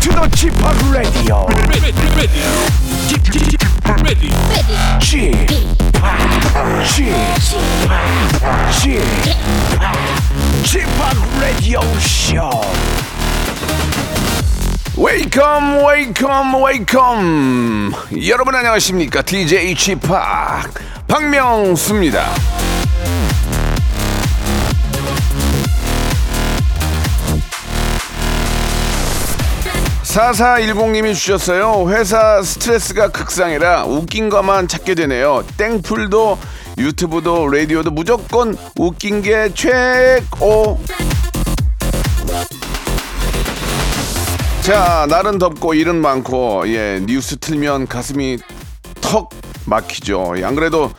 채널 지팍 라디오 ready, ready, ready, ready. 지팍 지팍 지팍 지팍 라디오 쇼 웨이컴 웨이컴 웨이컴 여러분 안녕하십니까 DJ 지팍 박명수입니다 사사일공님이 주셨어요. 회사 스트레스가 극상이라 웃긴 것만 찾게 되네요. 땡풀도 유튜브도 라디오도 무조건 웃긴 게 최고. 자, 날은 덥고 일은 많고 예 뉴스 틀면 가슴이 턱 막히죠. 예, 안 그래도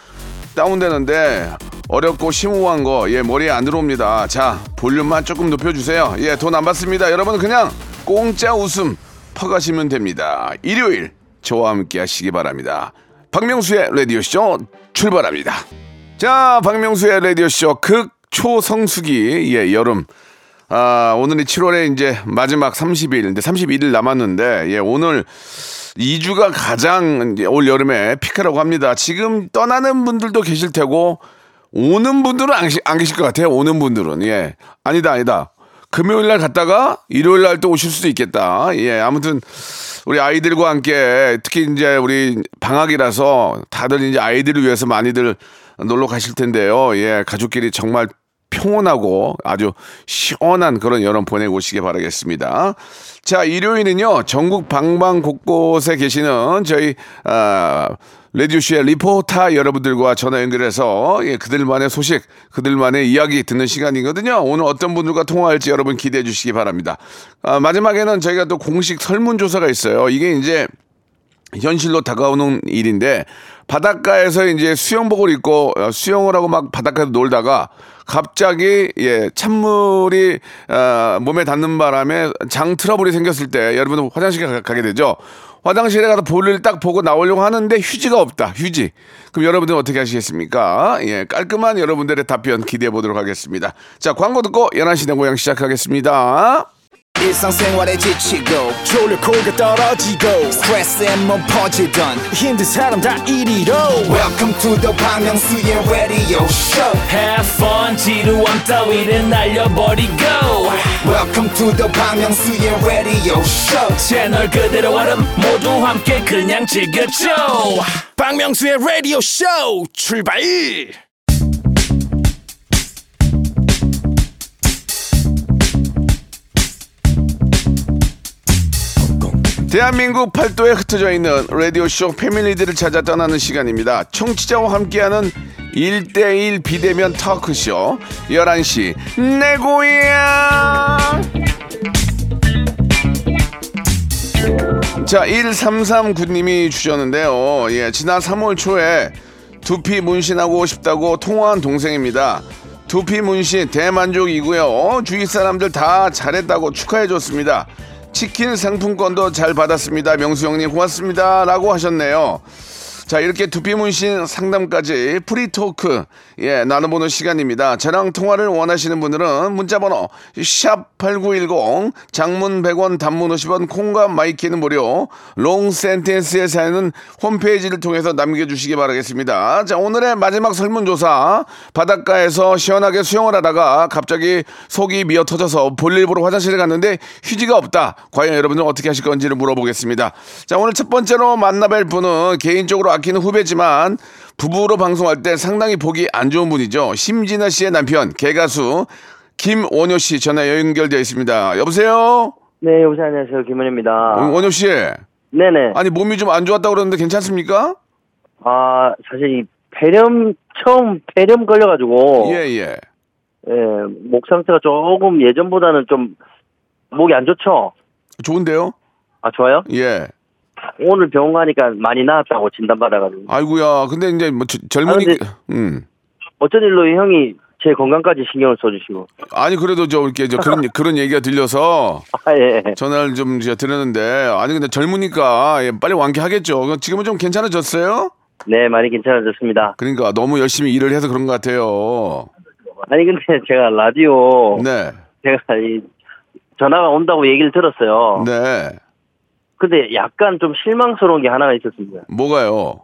다운되는데 어렵고 심오한 거 예 머리에 안 들어옵니다. 자 볼륨만 조금 높여주세요. 예돈 안 받습니다. 여러분 그냥 공짜 웃음 퍼가시면 됩니다. 일요일 저와 함께 하시기 바랍니다. 박명수의 라디오 쇼 출발합니다. 자 박명수의 라디오 쇼극 초성수기 예 여름 아, 오늘이 7월에 이제 마지막 30일, 근데 31일 남았는데, 예, 오늘 2주가 가장 이제 올 여름에 피크라고 합니다. 지금 떠나는 분들도 계실 테고, 오는 분들은 안, 계시- 안 계실 것 같아요. 오는 분들은. 예. 아니다, 아니다. 금요일 날 갔다가 일요일 날 또 오실 수도 있겠다. 예, 아무튼 우리 아이들과 함께 특히 이제 우리 방학이라서 다들 이제 아이들을 위해서 많이들 놀러 가실 텐데요. 예, 가족끼리 정말 평온하고 아주 시원한 그런 여름 보내고 오시기 바라겠습니다. 자, 일요일은요, 전국 방방 곳곳에 계시는 저희, 아, 레디오쇼의 리포터 여러분들과 전화 연결해서 예, 그들만의 소식, 그들만의 이야기 듣는 시간이거든요. 오늘 어떤 분들과 통화할지 여러분 기대해 주시기 바랍니다. 아, 마지막에는 저희가 또 공식 설문조사가 있어요. 이게 이제 현실로 다가오는 일인데 바닷가에서 이제 수영복을 입고 어, 수영을 하고 막 바닷가에서 놀다가 갑자기 예 찬물이 어, 몸에 닿는 바람에 장 트러블이 생겼을 때 여러분 화장실에 가- 가게 되죠. 화장실에 가서 볼일 딱 보고 나오려고 하는데 휴지가 없다. 휴지. 그럼 여러분들은 어떻게 하시겠습니까? 예, 깔끔한 여러분들의 답변 기대해 보도록 하겠습니다. 자, 광고 듣고 11시 내 고향 시작하겠습니다. 일상생활에 지치고, 졸려 코가 떨어지고, 스트레스에 몸 퍼지던, 힘든 사람 다 이리로. welcome to the Bang Myung-soo's radio show Have fun 지루함 따위를 날려버리고 welcome to the Bang Myung-soo's radio show 채널 그대로 얼음 모두 함께 그냥 즐겨줘 박명수의 라디오 쇼 출발! 대한민국 팔도에 흩어져 있는 라디오쇼 패밀리들을 찾아 떠나는 시간입니다. 청취자와 함께하는 1대1 비대면 터크쇼 11시 내 고향 자 1339님이 주셨는데요. 예, 지난 3월 초에 두피 문신하고 싶다고 통화한 동생입니다. 두피 문신 대만족이고요. 주위 사람들 다 잘했다고 축하해줬습니다. 치킨 상품권도 잘 받았습니다. 명수 형님 고맙습니다. 라고 하셨네요. 자 이렇게 두피 문신 상담까지 프리토크 예 나눠보는 시간입니다. 저랑 통화를 원하시는 분들은 문자번호 샵 #8910 장문 100원, 단문 50원, 콩과 마이키는 무료. 롱 센텐스의 사연은 홈페이지를 통해서 남겨주시기 바라겠습니다. 자 오늘의 마지막 설문조사 바닷가에서 시원하게 수영을 하다가 갑자기 속이 미어 터져서 볼일 보러 화장실에 갔는데 휴지가 없다. 과연 여러분은 어떻게 하실 건지를 물어보겠습니다. 자 오늘 첫 번째로 만나뵐 분은 개인적으로 아끼는 후배지만 부부로 방송할 때 상당히 보기 안 좋은 분이죠. 심진아 씨의 남편 개가수 김원효 씨 전화 연결되어 있습니다. 여보세요. 네, 여보세요. 안녕하세요. 김은입니다. 원효 씨. 네네. 어, 아니 몸이 좀 안 좋았다 고 그러는데 괜찮습니까? 아, 사실 이 폐렴, 처음 폐렴 걸려가지고, 예. 예 예. 목 상태가 조금 예전보다는 좀, 목이 안 좋죠? 좋은데요? 아, 좋아요? 예. 오늘 병원 가니까 많이 나았다고 진단받아가지고. 아이고야. 근데 이제 뭐 저- 젊은이. 아, 근데- 음. 어쩐 일로 이 형이 제 건강까지 신경을 써주시고. 아니 그래도 저 이렇게 저 그런 그런 얘기가 들려서 아, 예. 전화를 좀 제가 드렸는데 아니 근데 젊으니까 예, 빨리 완쾌하겠죠. 지금은 좀 괜찮아졌어요? 네, 많이 괜찮아졌습니다. 그러니까 너무 열심히 일을 해서 그런 것 같아요. 어. 아니, 근데 제가 라디오, 네, 제가 이, 전화가 온다고 얘기를 들었어요. 네. 근데 약간 좀 실망스러운 게 하나가 있었습니다. 뭐가요?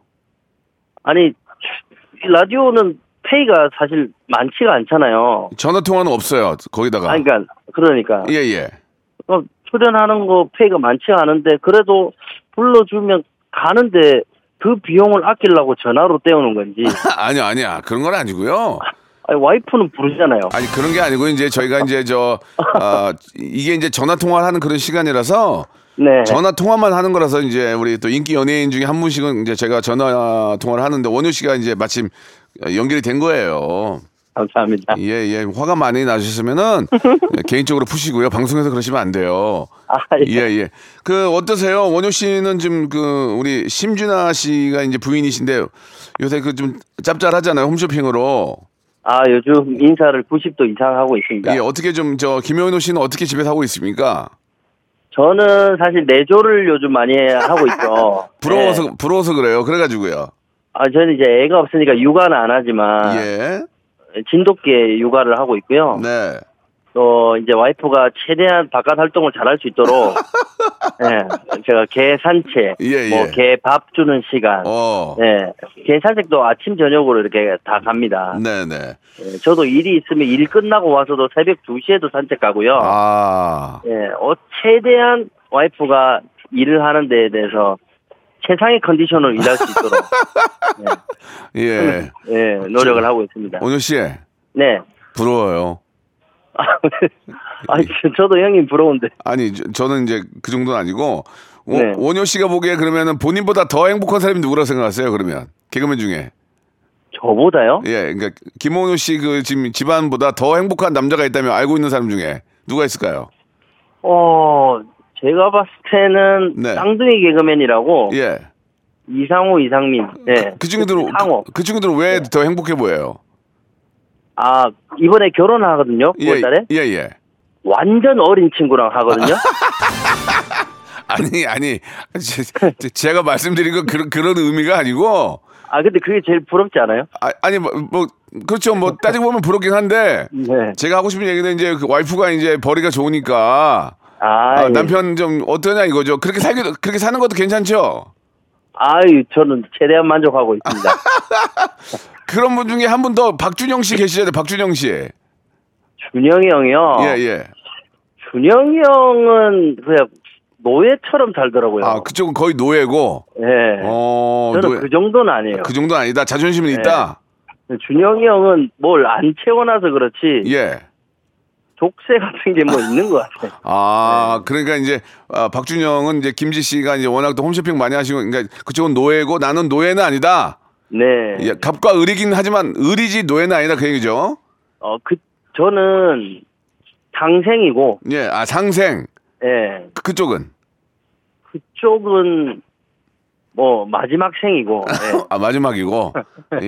아니 이 라디오는 페이가 사실 많지가 않잖아요. 전화 통화는 없어요. 거기다가. 아 그러니까 그러니까 예, 예. 어, 출연하는 거 페이가 많지 않은데 그래도 불러주면 가는데 그 비용을 아끼려고 전화로 때우는 건지 아니요, 아니야. 그런 건 아니고요. 아니, 와이프는 부르잖아요. 아니 그런 게 아니고 이제 저희가 이제 저 아, 이게 이제 전화 통화를 하는 그런 시간이라서 네. 전화 통화만 하는 거라서 이제 우리 또 인기 연예인 중에 한 분씩은 이제 제가 전화 통화를 하는데 원효 씨가 이제 마침 연결이 된 거예요. 감사합니다. 예, 예. 화가 많이 나셨으면은 개인적으로 푸시고요. 방송에서 그러시면 안 돼요. 아, 예, 예. 그 어떠세요? 원효 씨는 지금 그 우리 심준아 씨가 이제 부인이신데 요새 그 좀 짭짤하잖아요. 홈쇼핑으로. 아 요즘 인사를 90도 이상 하고 있습니다. 예, 어떻게 좀 저 김현우 씨는 어떻게 집에서 하고 있습니까? 저는 사실 내조를 요즘 많이 하고 있죠. 부러워서 네. 부러워서 그래요. 그래가지고요. 아 저는 이제 애가 없으니까 육아는 어. 안 하지만 예. 진돗개 육아를 하고 있고요. 네. 또 어, 이제 와이프가 최대한 바깥 활동을 잘할 수 있도록 예, 제가 개 산책, 예, 예. 뭐 개 밥 주는 시간, 어. 예, 개 산책도 아침 저녁으로 이렇게 다 갑니다. 네, 네. 예, 저도 일이 있으면 일 끝나고 와서도 새벽 2시에도 산책 가고요. 아. 예, 어, 최대한 와이프가 일을 하는 데에 대해서 최상의 컨디션으로 일할 수 있도록 예. 예, 노력을 하고 있습니다. 원효 씨 네. 부러워요. 아, 예. 저도 형님 부러운데. 아니 저, 는 이제 그 정도는 아니고 오- 네. 원효 씨가 보기에 그러면은 본인보다 더 행복한 사람이 누구라고 생각하세요? 그러면 개그맨 중에 저보다요? 예, 그러니까 김원효 씨 그 지금 집안보다 더 행복한 남자가 있다면 알고 있는 사람 중에 누가 있을까요? 어, 제가 봤을 때는 네. 쌍둥이 개그맨이라고 예. 이상호, 이상민. 네. 그 친구들은 상호. 네. 그, 그 친구들은 왜 더 행복해 보여요? 아, 이번에 결혼하거든요. 예, 9월 달에. 예, 아. 예. 완전 어린 친구랑 하거든요. 아니 아니 제, 제- 제가 말씀드린 건 그런 그런 의미가 아니고 아, 근데 그게 제일 부럽지 않아요? 아, 아니 뭐, 뭐 그렇죠 뭐 따지고 보면 부럽긴 한데 네. 제가 하고 싶은 얘기는 이제 그 와이프가 이제 벌이가 좋으니까 아, 아, 예. 남편 좀 어떠냐 이거죠 그렇게 살기도 그렇게 사는 것도 괜찮죠 아유, 저는 최대한 만족하고 있습니다. 그런 분 중에 한 분 더 박준영 씨 계시잖아요 박준영 씨예예 예, 준영이 형이요. 준영이 형은 그냥 노예처럼 살더라고요. 아 그쪽은 거의 노예고 예. 어 그렇죠. 저는 노예. 그 정도는 아니에요. 네. 그 정도는 아니다 자존심은 있다 준영이 형은 뭘 안 채워놔서 그렇지 예 족쇄 같은 게 뭐 있는 것 같아요. 아, 네. 그러니까 이제 아, 박준영은 이제 김지 씨가 이제 워낙 또 홈쇼핑 많이 하시고, 그러니까 그쪽은 노예고 나는 노예는 아니다. 네. 예, 갑과 을이긴 하지만 을이지 노예는 아니다 그 얘기죠. 어, 그, 저는 당생이고, 예, 아 상생 예. 그- 그쪽은 그쪽은 뭐 마지막 생이고, 예. 아 마지막이고 예 예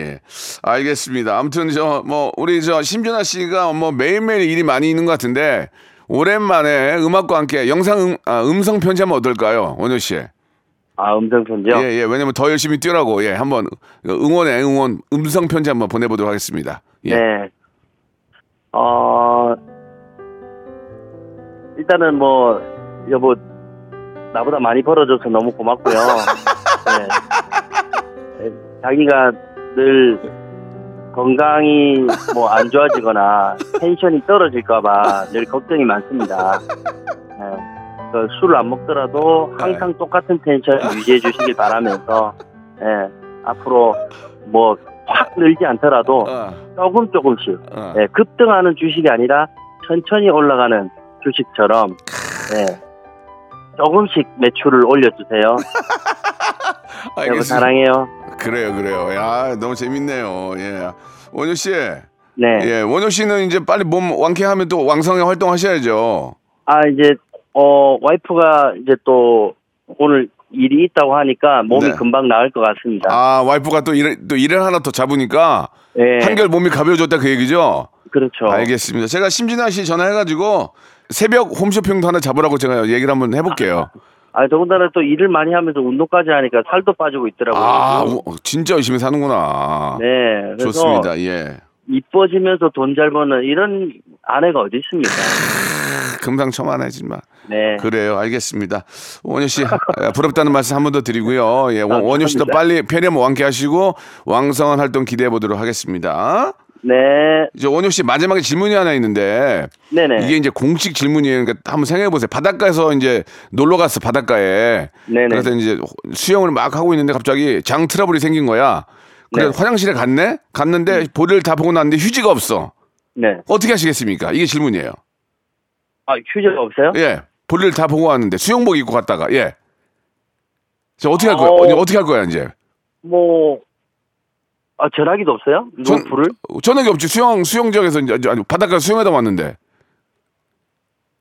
예, 알겠습니다. 아무튼 저 뭐 우리 저 심준아 씨가 뭐 매일매일 일이 많이 있는 것 같은데 오랜만에 음악과 함께 영상 음, 아, 음성 편지 한번 어떨까요, 원효 씨? 아, 음성 편지요? 예, 예. 왜냐면 더 열심히 뛰라고. 예, 한번 응원의 응원 음성 편지 한번 보내보도록 하겠습니다. 예. 네. 어, 일단은 뭐, 여보, 나보다 많이 벌어줘서 너무 고맙고요. 네. 네, 자기가 늘 건강이 뭐 안 좋아지거나 텐션이 떨어질까봐 늘 걱정이 많습니다. 네. 그 술을 안 먹더라도 네. 항상 똑같은 텐션 유지해 주시길 바라면서, 네. 앞으로 뭐 확 늘지 않더라도 어, 조금 조금씩 어. 예, 급등하는 주식이 아니라 천천히 올라가는 주식처럼 예, 조금씩 매출을 올려주세요. 여러분 알겠습니다. 사랑해요. 그래요, 그래요. 야, 너무 재밌네요. 예. 원효 씨. 네. 예, 원효 씨는 이제 빨리 몸 완쾌하면 또 왕성히 활동하셔야죠. 아 이제 어 와이프가 이제 또 오늘 일이 있다고 하니까 몸이 네. 금방 나을 것 같습니다. 아, 와이프가 또 일, 또 일을 하나 더 잡으니까 예, 한결 몸이 가벼워졌다 그 얘기죠. 그렇죠. 알겠습니다. 제가 심진아 씨 전화해가지고 새벽 홈쇼핑도 하나 잡으라고 제가 얘기를 한번 해볼게요. 아 더군다나 또 일을 많이 하면서 운동까지 하니까 살도 빠지고 있더라고요. 아, 우- 진짜 열심히 어, 사는구나. 아, 네. 그래서 좋습니다. 예. 이뻐지면서 돈 잘 버는 이런 아내가 어디 있습니까? 금상첨화네 정말. 네. 그래요. 알겠습니다. 원효 씨 아, 부럽다는 말씀 한 번 더 드리고요. 예, 원- 아, 원효 씨도 감사합니다. 빨리 폐렴 완쾌하시고 왕성한 활동 기대해 보도록 하겠습니다. 네. 이제 원효 씨 마지막에 질문이 하나 있는데 네네. 이게 이제 공식 질문이에요. 그러니까 한번 생각해 보세요. 바닷가에서 이제 놀러 갔어 바닷가에. 네네. 그래서 이제 수영을 막 하고 있는데 갑자기 장 트러블이 생긴 거야. 그래서 네. 음. 화장실에 갔네. 갔는데 볼을 다 보고 났는데 휴지가 없어. 네. 어떻게 하시겠습니까? 이게 질문이에요. 아, 휴지가 없어요? 예. 볼일 다 보고 왔는데 수영복 입고 갔다가 예. 저 어떻게 할 거야? 어. 이제 어떻게 할 거야 이제? 뭐, 아, 전화기도 없어요? 누가 전- 불을? 전화기 없지 수영 수영장에서 이제 아니 바닷가 수영하다 왔는데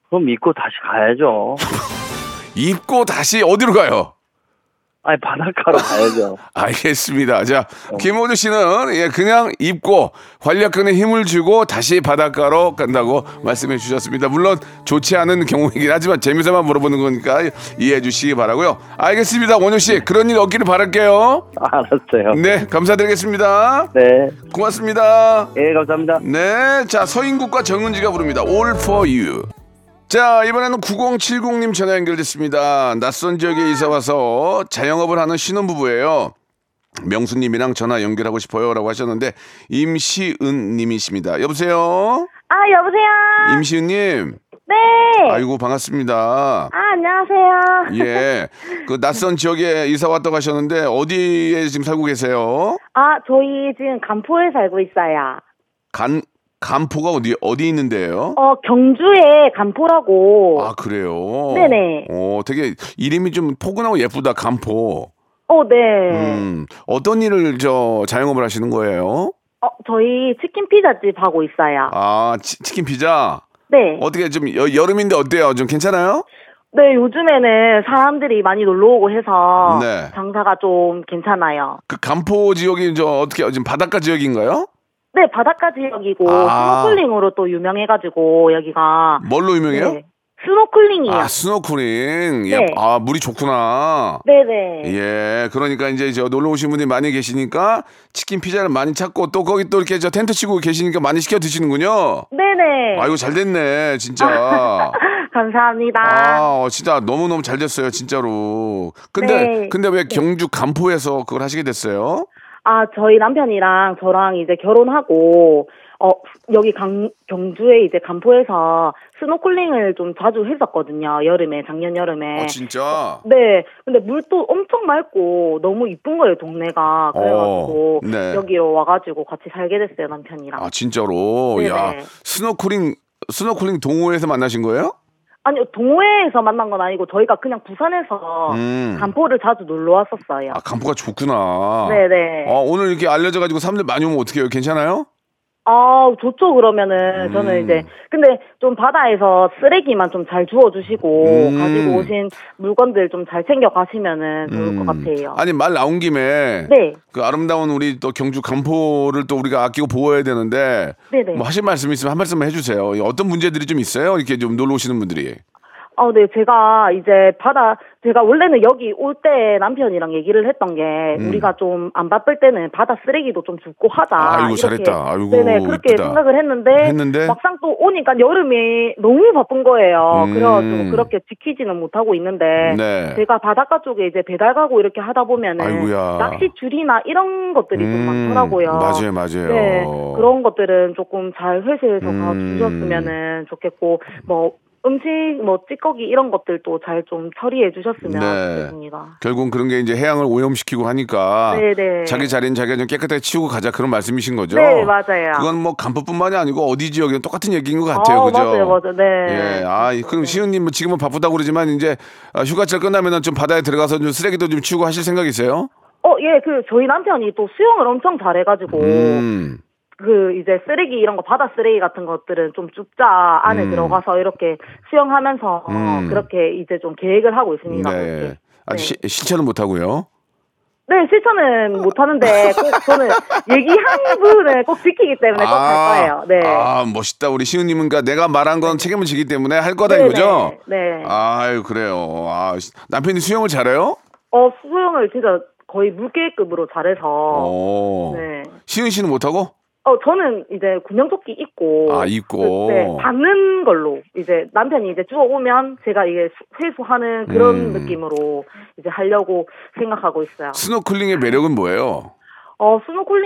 그럼 믿고 다시 가야죠. 입고 다시 어디로 가요? 아니, 바닷가로 가야죠. 알겠습니다. 자 김호주 씨는 예 그냥 입고 활력근에 힘을 주고 다시 바닷가로 간다고 말씀해 주셨습니다. 물론 좋지 않은 경우이긴 하지만 재미삼아 물어보는 거니까 이해해 주시기 바라고요. 알겠습니다, 원효 씨 그런 일 없기를 바랄게요. 알았어요. 네 감사드리겠습니다. 네. 고맙습니다. 예, 감사합니다. 네, 자 서인국과 정은지가 부릅니다. All for you. 자 이번에는 9070님 전화 연결됐습니다. 낯선 지역에 이사 와서 자영업을 하는 신혼부부예요. 명수님이랑 전화 연결하고 싶어요라고 하셨는데 임시은님이십니다. 여보세요, 아 여보세요. 임시은님. 네. 아이고 반갑습니다. 아 안녕하세요. 예, 그 낯선 지역에 이사 왔다고 하셨는데 어디에 지금 살고 계세요? 아 저희 지금 간포에 살고 있어요. 간 간포가 어디 어디 있는데요? 어 경주에 간포라고. 아 그래요. 어. 네네. 어 되게 이름이 좀 포근하고 예쁘다 간포. 어 네. 음 어떤 일을 저 자영업을 하시는 거예요? 어 저희 치킨 피자집 하고 있어요. 아 치, 킨 피자. 네. 어떻게 좀 여, 여름인데 어때요? 좀 괜찮아요? 네 요즘에는 사람들이 많이 놀러 오고 해서 네. 장사가 좀 괜찮아요. 그 간포 지역이 저 어떻게 지금 바닷가 지역인가요? 네 바닷가 지역이고 아. 스노클링으로 또 유명해가지고 여기가. 뭘로 유명해요? 네. 스노클링이요. 아 스노클링. 예. 네. 아 물이 좋구나. 네네. 예, 그러니까 이제 저 놀러 오신 분들이 많이 계시니까 치킨 피자를 많이 찾고 또 거기 또 이렇게 저 텐트 치고 계시니까 많이 시켜 드시는군요. 네네. 아이고 잘 됐네 진짜. 감사합니다. 아 어, 진짜 너무 너무 잘 됐어요 진짜로. 근데 네. 근데 왜 경주 간포에서 그걸 하시게 됐어요? 아, 저희 남편이랑 저랑 이제 결혼하고, 어, 여기 강, 경주에 이제 간포에서 스노클링을 좀 자주 했었거든요. 여름에, 작년 여름에. 어 진짜. 네. 근데 물도 엄청 맑고 너무 이쁜 거예요, 동네가. 그래가지고 어, 네. 여기로 와가지고 같이 살게 됐어요, 남편이랑. 아 진짜로. 네네. 야 스노클링 스노클링 동호회에서 만나신 거예요? 아니, 동호회에서 만난 건 아니고 저희가 그냥 부산에서 음. 어, 간포를 자주 놀러 왔었어요. 아 간포가 좋구나. 네네. 아 오늘 이렇게 알려져가지고 사람들 많이 오면 어떡해요? 괜찮아요? 아, 좋죠, 그러면은. 음. 저는 이제, 근데 좀 바다에서 쓰레기만 좀 잘 주워주시고, 음. 가지고 오신 물건들 좀 잘 챙겨가시면은 좋을 것 음. 같아요. 아니 말 나온 김에 네, 그 아름다운 우리 또 경주 간포를 또 우리가 아끼고 보호해야 되는데 네네. 뭐 하실 말씀 있으면 한 말씀만 해주세요. 어떤 문제들이 좀 있어요? 이렇게 좀 놀러 오시는 분들이. 아, 네, 제가 이제 바다, 제가 원래는 여기 올 때 남편이랑 얘기를 했던 게, 우리가 좀 안 바쁠 때는 바다 쓰레기도 좀 줍고 하자. 음. 아이고, 이렇게. 잘했다. 아이고, 네네, 그렇게 이쁘다. 생각을 했는데, 했는데? 막상 또 오니까 여름이 너무 바쁜 거예요. 음. 그래가지고 그렇게 지키지는 못하고 있는데, 네. 제가 바닷가 쪽에 이제 배달 가고 이렇게 하다 보면은 아이고야. 낚시 줄이나 이런 것들이 좀 음, 많더라고요. 맞아요, 맞아요. 네, 그런 것들은 조금 잘 회수해서 가 음. 주셨으면은 좋겠고 뭐 음식 뭐 찌꺼기 이런 것들도 잘 좀 처리해 주셨으면 네. 좋겠습니다. 결국은 그런 게 이제 해양을 오염시키고 하니까 네, 네. 자기 자리는 자기가 좀 깨끗하게 치우고 가자 그런 말씀이신 거죠? 네, 맞아요. 그건 뭐 간포뿐만이 아니고 어디 지역이든 똑같은 얘기인 것 같아요, 그죠? 어, 맞아요, 맞아요. 네. 예, 아, 이- 그럼 시은님 지금은 바쁘다고 그러지만 이제 아, 휴가철 끝나면은 좀 바다에 들어가서 좀 쓰레기도 좀 치우고 하실 생각이세요? 어, 예, 그 저희 남편이 또 수영을 엄청 잘해가지고 음, 그 이제 쓰레기 이런 거 바다 쓰레기 같은 것들은 좀 줍자 안에 음. 들어가서 이렇게 수영하면서 음. 그렇게 이제 좀 계획을 하고 있습니다. 네. 그렇게. 아직 음, 아, 네. 시- 실천은 못 하고요. 네, 실천은 못 하는데 꼭 저는 얘기한 부분을 꼭 지키기 때문에 아, 꼭 갈 거예요. 네. 아, 멋있다. 우리 시은님은 그러니까 내가 말한 건 책임을 지기 때문에 할 거다 네네. 이거죠? 네. 아유, 그래요. 아, 시- 남편이 수영을 잘해요? 어, 수영을 진짜 거의 물개급으로 잘해서 오. 네. 시은 씨는 못하고? 어, 저는 이제 구명조끼 입고. 아, 입고. 그, 네, 받는 걸로. 이제 남편이 이제 주워오면 제가 이게 수- 회수하는 그런 음. 느낌으로 이제 하려고 생각하고 있어요. 스노클링의 매력은 뭐예요? 어,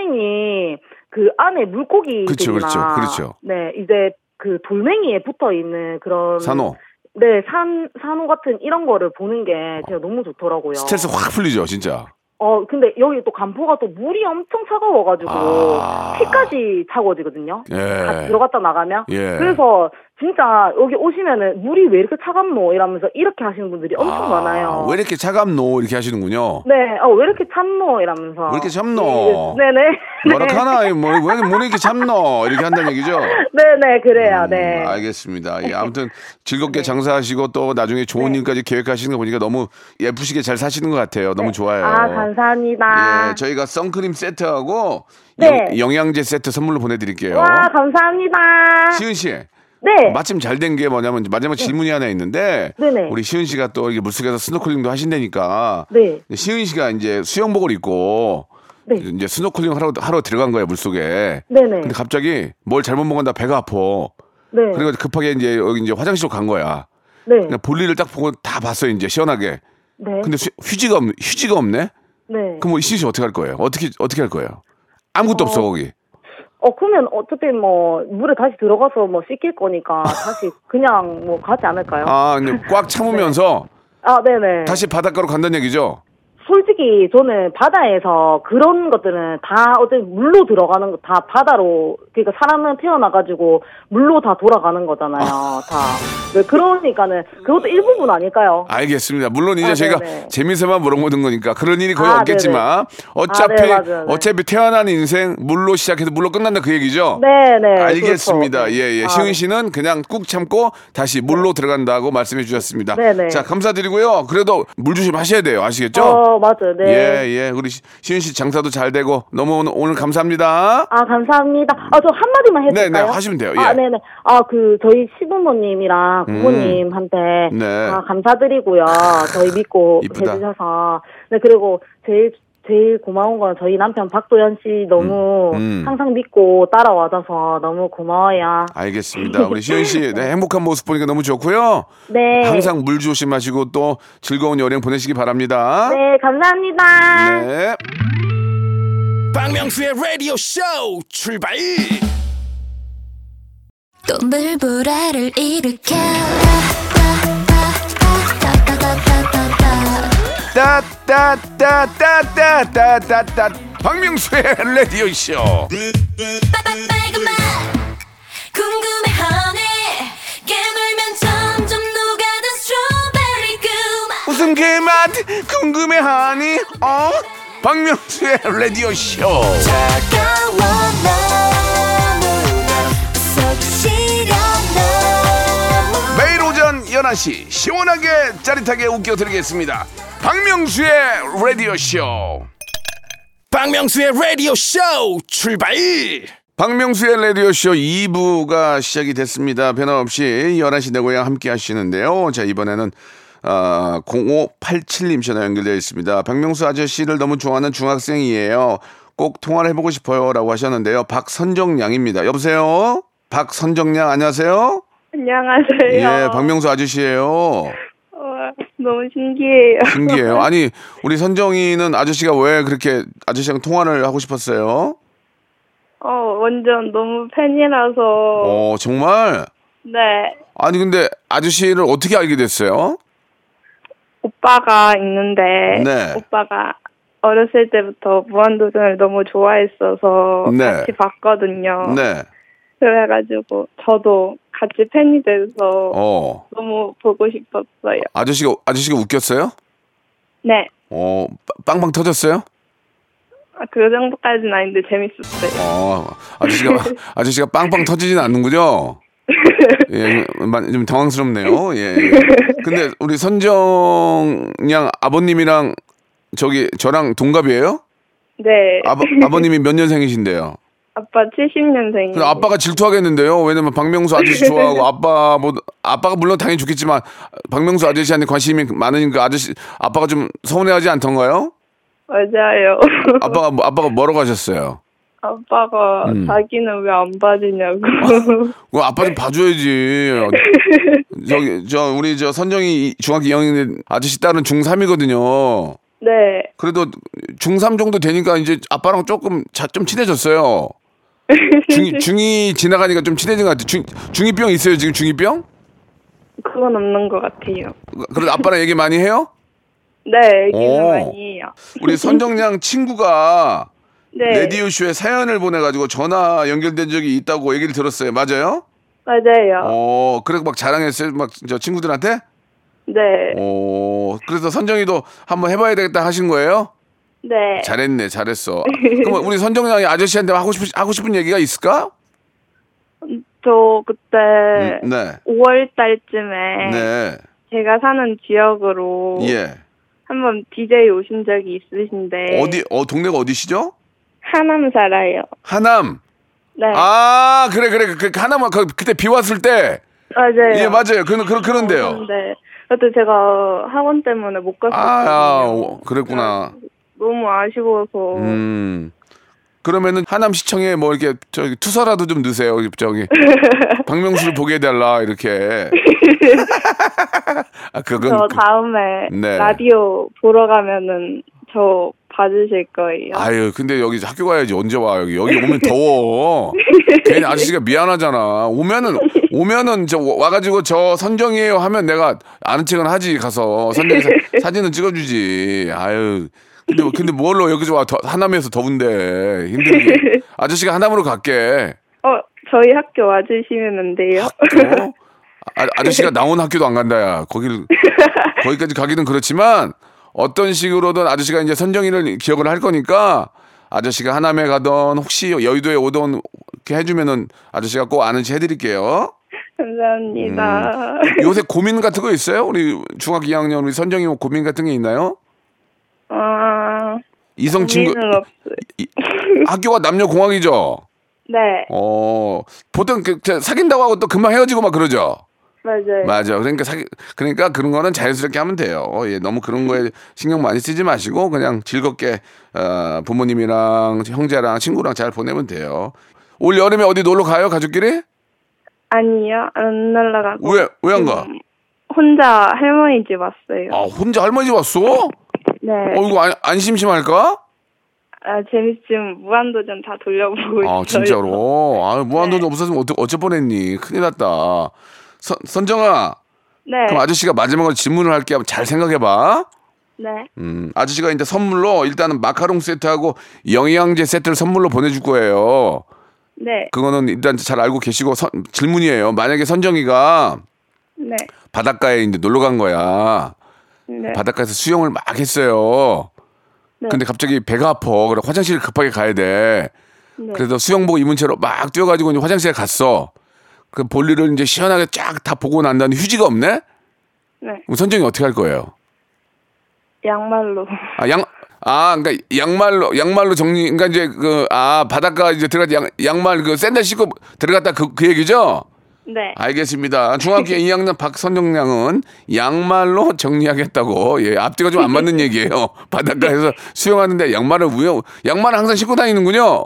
스노클링이 그 안에 물고기들이나. 그쵸, 그쵸, 그렇죠. 네, 이제 그 돌멩이에 붙어 있는 그런. 산호. 네, 산, 산호 같은 이런 거를 보는 게 제가 너무 좋더라고요. 스트레스 확 풀리죠, 진짜. 어, 근데 여기 또 간포가 또 물이 엄청 차가워가지고 아. 피까지 차가워지거든요. 같이 예. 들어갔다 나가면. 예. 그래서 진짜 여기 오시면은 물이 왜 이렇게 차갑노? 이러면서 이렇게 하시는 분들이 엄청 아, 많아요. 왜 이렇게 차갑노? 이렇게 하시는군요. 네, 어, 왜 이렇게 참노? 이러면서. 왜 이렇게 참노? 네, 네. 네. 뭐라카나 뭐, 왜, 뭐 이렇게 참노? 이렇게 한다는 얘기죠? 네, 네, 그래요. 네. 음, 알겠습니다. 예, 아무튼 즐겁게 장사하시고 또 나중에 네. 좋은 일까지 계획하시는 거 보니까 너무 예쁘시게 잘 사시는 것 같아요. 너무 좋아요. 아, 감사합니다. 예, 저희가 선크림 세트하고 아. 네. 영, 양제 세트 선물로 보내드릴게요. 와, 감사합니다. 시은 씨. 네. 마침 잘 된 게 뭐냐면 마지막 질문이 하나 있는데 네네. 우리 시은 씨가 또 이렇게 물속에서 스노클링도 하신다니까 네. 시은 씨가 이제 수영복을 입고 네. 이제 스노클링 하러 하러 들어간 거야 물속에 네네. 그 근데 갑자기 뭘 잘못 먹은다 배가 아파 네. 그리고 급하게 이제 여기 이제 화장실로 간 거야 네. 그냥 볼일을 딱 보고 다 봤어 이제 시원하게 네. 근데 수- 휴지가 없, 휴지가 없네 네. 그럼 우리 시은 씨 어떻게 할 거예요 어떻게 어떻게 할 거예요 아무것도 없어 거기 어, 그러면 어차피 뭐, 물에 다시 들어가서 뭐 씻길 거니까 다시 그냥 뭐 가지 않을까요? 아, 아 그냥 꽉 참으면서 네네. 다시 바닷가로 간다는 얘기죠 솔직히 저는 바다에서 그런 것들은 다 어쨌든 물로 들어가는 거 다 바다로, 그러니까 사람은 태어나가지고 물로 다 돌아가는 거잖아요. 다. 네, 그러니까는 그것도 일부분 아닐까요? 알겠습니다. 물론 이제 아, 저희가 네네. 재미삼아 물어보는 거니까 그런 일이 거의 아, 없겠지만 어차피 아, 네, 맞아요. 네. 어차피 태어난 인생 물로 시작해서 물로 끝난다 그 얘기죠. 네네. 알겠습니다. 그렇죠. 예, 예. 아, 네. 시은 씨는 그냥 꾹 참고 다시 물로 들어간다고 말씀해 주셨습니다. 네네. 자, 감사드리고요. 그래도 물 조심하셔야 돼요. 아시겠죠? 어, 맞아요. 네. 예, 예. 우리 시- 시은 씨 장사도 잘 되고 너무 오늘, 오늘 감사합니다. 아, 감사합니다. 아, 저 한마디만 해도 네, 될까요? 네, 하시면 돼요. 아, 예. 음. 네네. 아, 그, 저희 시부모님이랑 부모님한테 네. 아, 감사드리고요. 저희 믿고 이쁘다. 해주셔서. 네, 그리고 제일, 제일 고마운 건 저희 남편 박도현 씨 너무 음, 음. 항상 믿고 따라와줘서 너무 고마워요. 알겠습니다. 우리 시은 씨 네, 행복한 모습 보니까 너무 좋고요. 네. 항상 물 조심하시고 또 즐거운 여행 보내시기 바랍니다. 네, 감사합니다. 네. 박명수의 라디오 쇼 출발 또 물보라를 일으켜 음. 따따따따따따따따따. 따따따따따따따따 박명수의 라디오 쇼. 빨간맛 궁금해하네 깨물면 점점 녹아든 스트로베리 꿈 무슨 개맛 궁금해하니? 어? 박명수의 라디오 쇼. 차가워 너무나 속 시려 너무 매일 오전 11시 시원하게 짜릿하게 웃겨드리겠습니다. 박명수의 라디오 쇼. 박명수의 라디오 쇼 출발 박명수의 라디오쇼 2부가 시작이 됐습니다. 변함없이 11시 내 고향 함께 하시는데요. 자, 이번에는 아, 0587님 전화 연결되어 있습니다. 박명수 아저씨를 너무 좋아하는 중학생이에요. 꼭 통화를 해보고 싶어요. 라고 하셨는데요. 박선정 양입니다. 여보세요? 박선정 양, 안녕하세요? 안녕하세요. 예, 박명수 아저씨예요 와, 너무 신기해요. 신기해요. 아니, 우리 선정이는 아저씨가 왜 그렇게 아저씨랑 통화를 하고 싶었어요? 어, 완전 너무 팬이라서. 어, 정말? 네. 아니, 근데 아저씨를 어떻게 알게 됐어요? 오빠가 있는데 네. 오빠가 어렸을 때부터 무한도전을 너무 좋아했어서 네. 같이 봤거든요. 네. 그래가지고 저도 같이 팬이 돼서 어. 너무 보고 싶었어요. 아저씨가 아저씨가 웃겼어요? 네. 어. 빠- 빵빵 터졌어요? 아, 그 정도까지는 아닌데 재밌었어요. 어. 아저씨가 아저씨가 빵빵 터지진 않는군요. 예, 좀, 많이- 좀 당황스럽네요. 예. 예. 근데 우리 선정 양 아버님이랑 저기 저랑 동갑이에요? 네. 아버 아버님이 몇 년생이신데요? 아빠 70년생이에요. 근데 아빠가 질투하겠는데요. 왜냐면 박명수 아저씨 좋아하고 아빠 뭐 아빠가 물론 당연히 좋겠지만 박명수 아저씨한테 관심이 많으니까 그 아저씨 아빠가 좀 서운해하지 않던가요? 맞아요. 아빠가 뭐- 아빠가 뭐라고 하셨어요? 아빠가 음. 자기는 왜 안 봐주냐고. 그 아빠 좀 봐줘야지. 저기 저 우리 저 선정이 중학교 2학년 아저씨 딸은 중3이거든요. 네. 그래도 중3 정도 되니까 이제 아빠랑 조금 자, 좀 친해졌어요. 중, 중2 지나가니까 좀 친해진 것 같아요. 중, 중2병 있어요, 지금 중2병? 그건 없는 것 같아요. 그래도 아빠랑 얘기 많이 해요? 네, 얘기는 오. 많이 해요. 우리 선정량 친구가 네. 레디오쇼에 사연을 보내가지고 전화 연결된 적이 있다고 얘기를 들었어요. 맞아요? 맞아요. 어, 그래서 막 자랑했어요. 막 저 친구들한테? 네. 어, 그래서 선정이도 한번 해봐야 되겠다 하신 거예요? 네. 잘했네, 잘했어. 그럼 우리 선정량이 아저씨한테 하고 싶은, 하고 싶은 얘기가 있을까? 저 그때 음, 네. 5월 달쯤에 네. 제가 사는 지역으로 예. 한번 DJ 오신 적이 있으신데 어디 어 동네가 어디시죠? 하남 살아요. 하남. 네. 아 그래 그래 그, 그 하남 그, 그때 비 왔을 때. 맞아요. 예 맞아요. 그, 그 그런데요. 네. 그때 제가 학원 때문에 못 아, 갔었거든요. 아 오, 그랬구나. 너무 아쉬워서 음. 그러면은 하남 시청에 뭐 이렇게 저기 투서라도 좀 넣으세요. 저기 박명수를 보게 해달라 이렇게. 아 그건 저 그- 다음에 네. 라디오 보러 가면은 저 봐주실 거예요. 아유, 근데 여기 학교 가야지 언제 와 여기 여기 오면 더워. 괜히 아저씨가 미안하잖아. 오면은 오면은 저 와가지고 저 선정이에요 하면 내가 아는 척은 하지 가서 선정이 사, 진은 찍어주지. 아유, 근데 뭐- 근데 뭘로 여기서 와 더- 하남에서 더운데 힘들게. 아저씨가 하남으로 갈게. 어 저희 학교 와주시면 안 돼요. 어? 아, 아저씨가 나온 학교도 안 간다야. 거길 거기까지 가기는 그렇지만 어떤 식으로든 아저씨가 이제 선정이를 기억을 할 거니까 아저씨가 하남에 가던 혹시 여의도에 오던 이렇게 해주면은 아저씨가 꼭 아는 체 해드릴게요. 감사합니다. 요새 고민 같은 거 있어요? 우리 중학교 2학년 우리 선정이 뭐 고민 같은 게 있나요? 아 이성 친구 고민은 없어요. 이- 학교가 남녀 공학이죠. 네 어 보통 그, 저 사귄다고 하고 또 금방 헤어지고 막 그러죠. 맞아요. 맞아. 그러니까 사기, 그러니까 그런 거는 자연스럽게 하면 돼요. 어, 예, 너무 그런 거에 신경 많이 쓰지 마시고 그냥 즐겁게 어, 부모님이랑 형제랑 친구랑 잘 보내면 돼요. 올 여름에 어디 놀러 가요 가족끼리? 아니요 안 날라가고 왜 왜 안 가? 지금 혼자 할머니 집 왔어요. 아 혼자 할머니 집 왔어? 네. 어 이거 안, 안 심심할까? 아 재밌음 무한도전 다 돌려보고 있어요. 아 진짜로? 아 네. 무한도전 없었으면 어쩌 어째 뻔했니? 큰일 났다. 선 선정아, 네. 그럼 아저씨가 마지막으로 질문을 할게 한번 잘 생각해봐. 네. 음, 아저씨가 이제 선물로 일단은 마카롱 세트하고 영양제 세트를 선물로 보내줄 거예요. 네. 그거는 일단 잘 알고 계시고 선- 질문이에요. 만약에 선정이가 그 네. 바닷가에 이제 놀러 간 거야. 네. 바닷가에서 수영을 막 했어요. 네. 근데 갑자기 배가 아파. 그래 화장실 급하게 가야 돼. 네. 그래서 수영복 입은 채로 막 뛰어가지고 이제 화장실에 갔어. 그 볼일을 이제 시원하게 쫙 다 보고 난 다음에 휴지가 없네. 네. 그럼 선정이 어떻게 할 거예요? 양말로. 아, 양, 아, 그러니까 양말로 양말로 정리. 그러니까 이제 그 아 바닷가 이제 들어가 양 양말 그 샌들 신고 들어갔다 그 그 얘기죠? 네. 아, 알겠습니다. 중학교 2학년 박선정 양은 양말로 정리하겠다고. 예, 앞뒤가 좀 안 맞는 얘기예요. 바닷가에서 수영하는데 양말을 우영 양말을 항상 신고 다니는군요.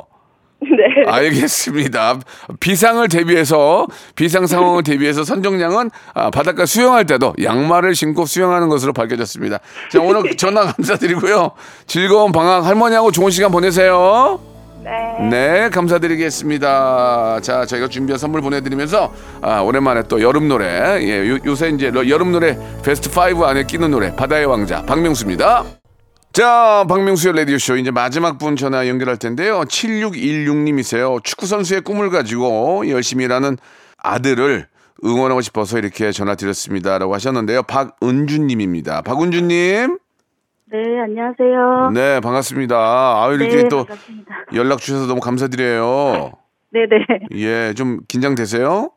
네. 아- 알겠습니다. 비상을 대비해서 비상 상황을 대비해서 선정량은 아, 바닷가 수영할 때도 양말을 신고 수영하는 것으로 밝혀졌습니다. 자, 오늘 전화 감사드리고요. 즐거운 방학 할머니하고 좋은 시간 보내세요. 네. 네, 감사드리겠습니다. 자, 저희가 준비한 선물 보내드리면서 아, 오랜만에 또 여름 노래 예, 요, 요새 이제 러- 여름 노래 베스트 5 안에 끼는 노래 바다의 왕자 박명수입니다. 자, 박명수의 라디오쇼 이제 마지막 분 전화 연결할 텐데요. 7616님이세요. 축구선수의 꿈을 가지고 열심히 일하는 아들을 응원하고 싶어서 이렇게 전화 드렸습니다. 라고 하셨는데요. 박은주님입니다. 박은주님. 네, 안녕하세요. 네, 네, 반갑습니다. 아유, 이렇게 그 또 반갑습니다. 연락 주셔서 너무 감사드려요. 네네. 예, 좀 긴장되세요?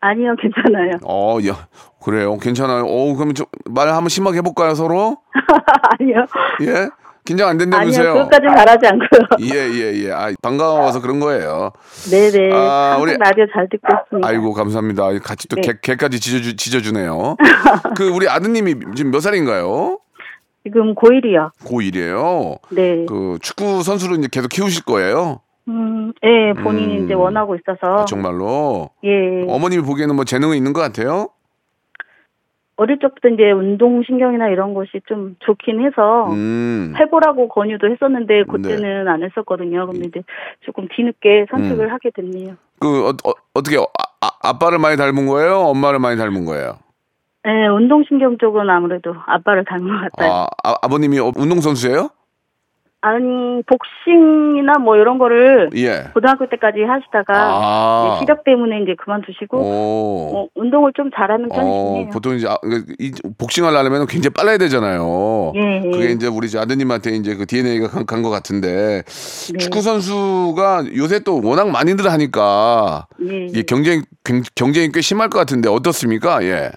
아니요, 괜찮아요. 어, 야, 그래요. 괜찮아요. 어, 그럼 좀 말 한번 심하게 해볼까요, 서로? 아니요. 예? 긴장 안 아니요, 된다면서요? 그것까지 바라지 않고요. 예, 예, 예. 아, 반가워서 그런 거예요. 네네. 아, 항상 우리- 라디오 잘 듣고 있습니다. 아이고, 감사합니다. 같이 또 네. 개, 개까지 지져주, 지져주네요. 그, 우리 아드님이 지금 몇 살인가요? 지금 고1이요. 고1이에요. 네. 그, 축구 선수로 이제 계속 키우실 거예요? 음, 예, 본인이 음. 이제 원하고 있어서. 아, 정말로 예. 어머님이 보기에는 뭐 재능이 있는 것 같아요. 어릴 적부터 이제 운동신경이나 이런 것이 좀 좋긴 해서. 음. 네. 해보라고 권유도 했었는데 그때는 안 했었거든요. 음. 근데 이제 조금 뒤늦게 선택을 하게 됐네요. 그 어, 어, 떻게 아, 아빠를 많이 닮은 거예요? 엄마를 많이 닮은 거예요? 네, 운동신경 쪽은 아무래도 아빠를 닮은 것 같아요. 아, 아, 버님이 운동 선수예요? 아. 니 복싱이나 뭐 이런 거를 예. 고등학교 때까지 하시다가 아. 이제 네. 시력 때문에 이제 그만두시고 오. 어, 운동을 좀 잘하는 어, 편이시네요. 보통 이제 아, 그, 이, 복싱을 하려면 굉장히 빨라야 되잖아요. 예, 예. 그게 이제 우리 이제 아드님한테 이제 그 DNA가 간 것 같은데 네. 축구 선수가 요새 또 워낙 많이들 하니까 예. 이 경쟁 경- 경쟁이 꽤 심할 것 같은데 어떻습니까? 예.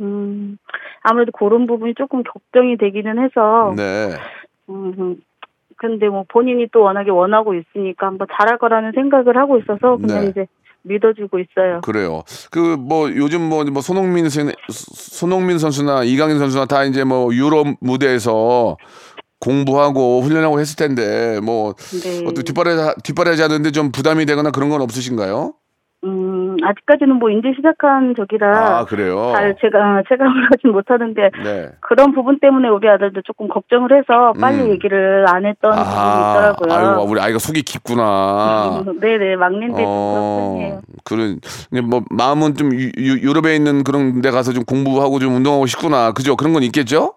음, 아무래도 그런 부분이 조금 걱정이 되기는 해서 네. 음, 음. 근데 뭐 본인이 또 워낙에 원하고 있으니까 한번 잘할 거라는 생각을 하고 있어서 그냥 네. 이제 믿어주고 있어요. 그래요. 그 뭐 요즘 뭐, 뭐 손흥민 선 손흥민 선수나 이강인 선수나 다 이제 뭐 유럽 무대에서 공부하고 훈련하고 했을 텐데 뭐 네. 어떻게 뒷발에 뒷발에 하는데 좀 부담이 되거나 그런 건 없으신가요? 음, 아직까지는 뭐 이제 시작한 아 적이라 그래요. 잘 제가 체감을 하진 못하는데 네. 그런 부분 때문에 우리 아들도 조금 걱정을 해서 빨리 음. 얘기를 안 했던 아, 부분이 아유, 있더라고요. 우리 아이가 속이 깊구나. 어, 네네 막내인데 좀 그렇군요. 그런 근데 뭐 마음은 좀 유, 유- 유럽에 있는 그런 데 가서 좀 공부하고 좀 운동하고 싶구나. 그죠? 그런 건 있겠죠?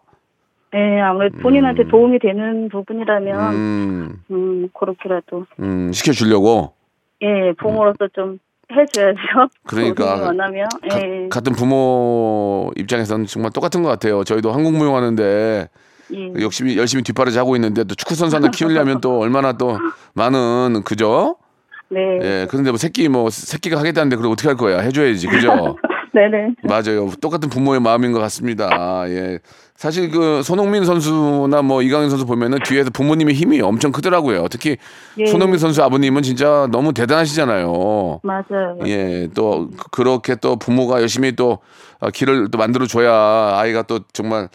네 아무래도 본인한테 도움이 되는 부분이라면 음, 그- 음. 그렇게라도 음, 시켜 주려고. 예 부모로서 좀 해줘야죠. 그러니까. 본인이 원하면 가- 예. 같은 부모 입장에서는 정말 똑같은 것 같아요. 저희도 한국 무용하는데 예. 열심히 열심히 뒷발을 하고 있는데 또 축구 선수 하나 키우려면 또 얼마나 또 많은 그죠? 네. 예. 그런데 뭐 새끼 뭐 새끼가 하겠다는데 그럼 어떻게 할 거야? 해줘야지 그죠? 네네. 맞아요. 똑같은 부모의 마음인 것 같습니다. 예. 사실 그 손흥민 선수나 뭐 이강인 선수 보면은 뒤에서 부모님의 힘이 엄청 크더라고요. 특히 예. 손흥민 선수 아버님은 진짜 너무 대단하시잖아요. 맞아요. 예, 또 그- 그렇게 또 부모가 열심히 또 아, 길을 또 만들어 줘야 아이가 또 정말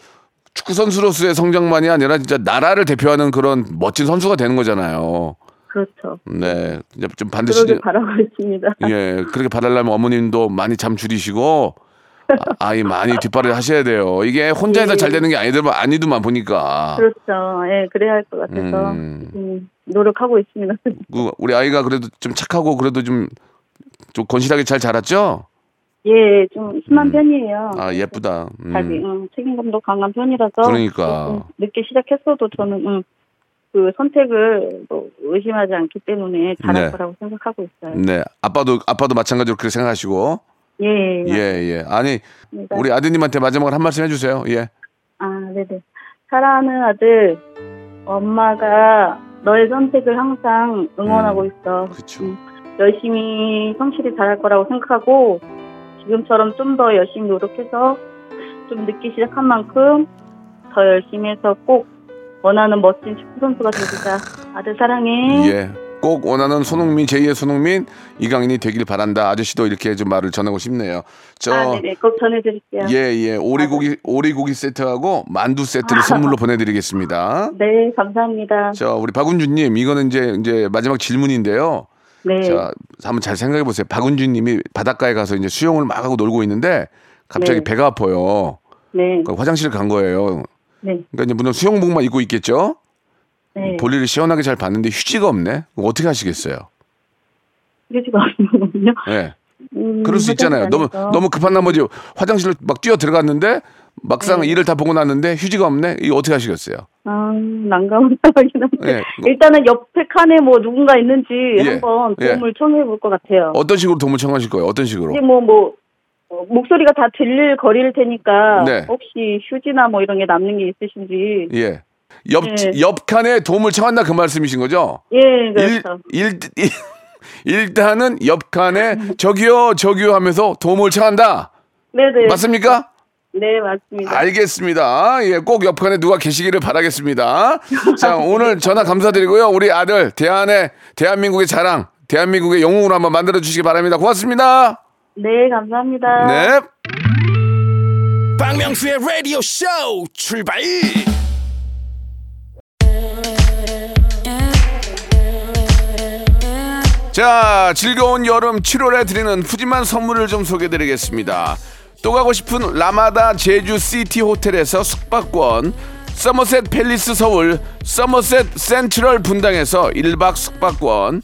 축구 선수로서의 성장만이 아니라 진짜 나라를 대표하는 그런 멋진 선수가 되는 거잖아요. 그렇죠. 네, 이제 좀 반드시 그러길 바라고 있습니다. 예, 그렇게 바라려면 어머님도 많이 잠 줄이시고 아, 아이 많이 뒷발을 하셔야 돼요. 이게 혼자 해서 예. 잘 되는 게 아니더만 아니더만 보니까. 그렇죠. 예, 그래야 할 것 같아서 음. 음, 노력하고 있습니다. 그 우리 아이가 그래도 좀 착하고 그래도 좀 좀 건실하게 잘 자랐죠? 예, 좀 심한 편이에요. 아, 예쁘다. 음. 자기 음, 책임감도 강한 편이라서 그러니까. 조금 늦게 시작했어도 저는 음, 그 선택을 뭐 의심하지 않기 때문에 잘할 네. 거라고 생각하고 있어요. 네, 아빠도 아빠도 마찬가지로 그렇게 생각하시고 예, 예 예. 아니 맞습니다. 우리 아드님한테 마지막으로 한 말씀 해주세요. 예. 아, 네네. 사랑하는 아들, 엄마가 너의 선택을 항상 응원하고 있어. 그쵸. 음, 열심히 성실히 잘할 거라고 생각하고 지금처럼 좀 더 열심히 노력해서 좀 늦게 시작한 만큼 더 열심히 해서 꼭 원하는 멋진 축구 선수가 되자. 아들 사랑해. 예. 꼭 원하는 손흥민 제2의 손흥민 이강인이 되길 바란다. 아저씨도 이렇게 좀 말을 전하고 싶네요. 아, 저 네네. 아, 네. 꼭 전해드릴게요. 예예 오리고기 오리고기 세트하고 만두 아. 세트를 선물로 보내드리겠습니다. 네, 감사합니다. 자 우리 박은주님 이거는 이제 이제 마지막 질문인데요. 네. 자, 한번 잘 생각해 보세요. 박은주님이 바닷가에 가서 이제 수영을 막 하고 놀고 있는데 갑자기 네. 배가 아파요. 네. 그러니까 화장실 간 거예요. 네. 그러니까 이제 물론 수영복만 입고 있겠죠. 네. 볼일을 시원하게 잘 봤는데 휴지가 없네. 그럼 어떻게 하시겠어요? 휴지가 없는 거군요. 예. 음, 그럴 수 있잖아요. 너무 화장실 안에서. 너무 급한 나머지 화장실로 막 뛰어 들어갔는데 막상 네. 일을 다 보고 났는데 휴지가 없네. 이거 어떻게 하시겠어요? 아, 난감한 상황이긴 한데. 예. 일단은 옆에 칸에 뭐 누군가 있는지 예. 네. 한번 예. 도움을 청해 볼 것 같아요. 어떤 식으로 도움을 청하실 거예요? 어떤 식으로? 혹시 뭐, 뭐, 어, 목소리가 다 들릴 거리일 테니까. 네. 혹시 휴지나 뭐 이런 게 남는 게 있으신지. 예. 옆, 예. 옆 칸에 도움을 청한다 그 말씀이신 거죠? 예, 그렇죠. 일, 일, 일, 단은옆 칸에 저기요, 저기요 하면서 도움을 청한다. 네네. 맞습니까? 네, 맞습니다. 알겠습니다. 예, 꼭 옆칸에 누가 계시기를 바라겠습니다. 자, 오늘 전화 감사드리고요. 우리 아들, 대한의, 대한민국의 자랑, 대한민국의 영웅으로 한번 만들어주시기 바랍니다. 고맙습니다. 네, 감사합니다. 네. 박명수의 라디오 쇼 출발 Yeah. 자, 즐거운 여름 7월에 드리는 푸짐한 선물을 좀 소개드리겠습니다. 또 가고 싶은 라마다 제주 시티 호텔에서 숙박권, 서머셋 팰리스 서울, 서머셋 센트럴 분당에서 1박 숙박권,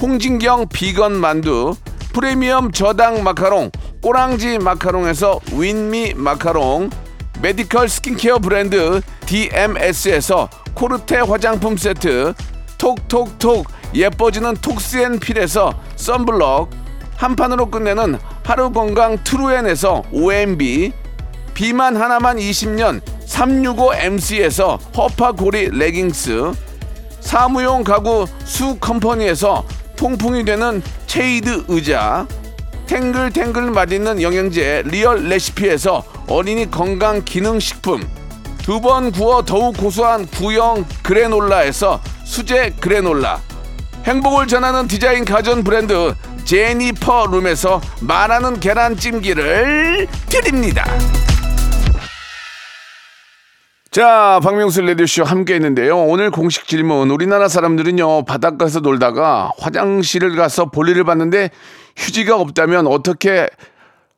홍진경 비건 만두, 프리미엄 저당 마카롱, 꼬랑지 마카롱에서 윈미 마카롱, 메디컬 스킨케어 브랜드 DMS에서 코르테 화장품 세트, 톡톡톡 예뻐지는 톡스앤필에서 썬블럭, 한 판으로 끝내는 하루 건강 트루엔에서 OMB, 비만 하나만 20년 365MC에서 허파고리 레깅스, 사무용 가구 수 컴퍼니에서 통풍이 되는 체이드 의자, 탱글탱글 맛있는 영양제 리얼 레시피에서 어린이 건강 기능 식품 두 번 구워 더욱 고소한 구형 그래놀라에서 수제 그래놀라 행복을 전하는 디자인 가전 브랜드 제니퍼 룸에서 말하는 계란찜기를 드립니다. 자, 박명수 레디쇼 함께 했는데요. 오늘 공식 질문. 우리나라 사람들은요, 바닷가에서 놀다가 화장실을 가서 볼일을 봤는데 휴지가 없다면 어떻게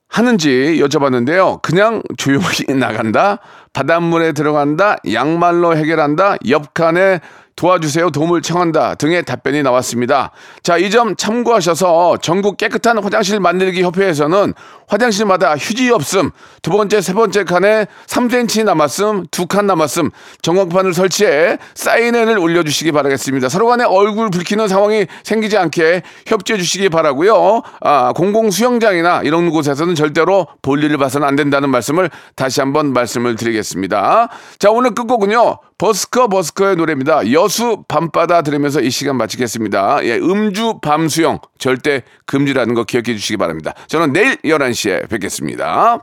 하는지 여쭤봤는데요. 그냥 조용히 나간다, 바닷물에 들어간다, 양말로 해결한다, 옆칸에 도와주세요, 도움을 청한다 등의 답변이 나왔습니다. 자, 이 점 참고하셔서 전국 깨끗한 화장실 만들기 협회에서는 화장실마다 휴지 없음, 두 번째, 세 번째 칸에 3cm 남았음, 두 칸 남았음, 정광판을 설치해 사인회를 올려주시기 바라겠습니다. 서로 간에 얼굴 붉히는 상황이 생기지 않게 협조해 주시기 바라고요. 아, 공공 수영장이나 이런 곳에서는 절대로 볼일을 봐서는 안 된다는 말씀을 다시 한번 말씀을 드리겠습니다. 자, 오늘 끝곡은요. 버스커 버스커의 노래입니다. 여수 밤바다 들으면서 이 시간 마치겠습니다. 예, 음주 밤수영 절대 금지라는 거 기억해 주시기 바랍니다. 저는 내일 11시에 뵙겠습니다.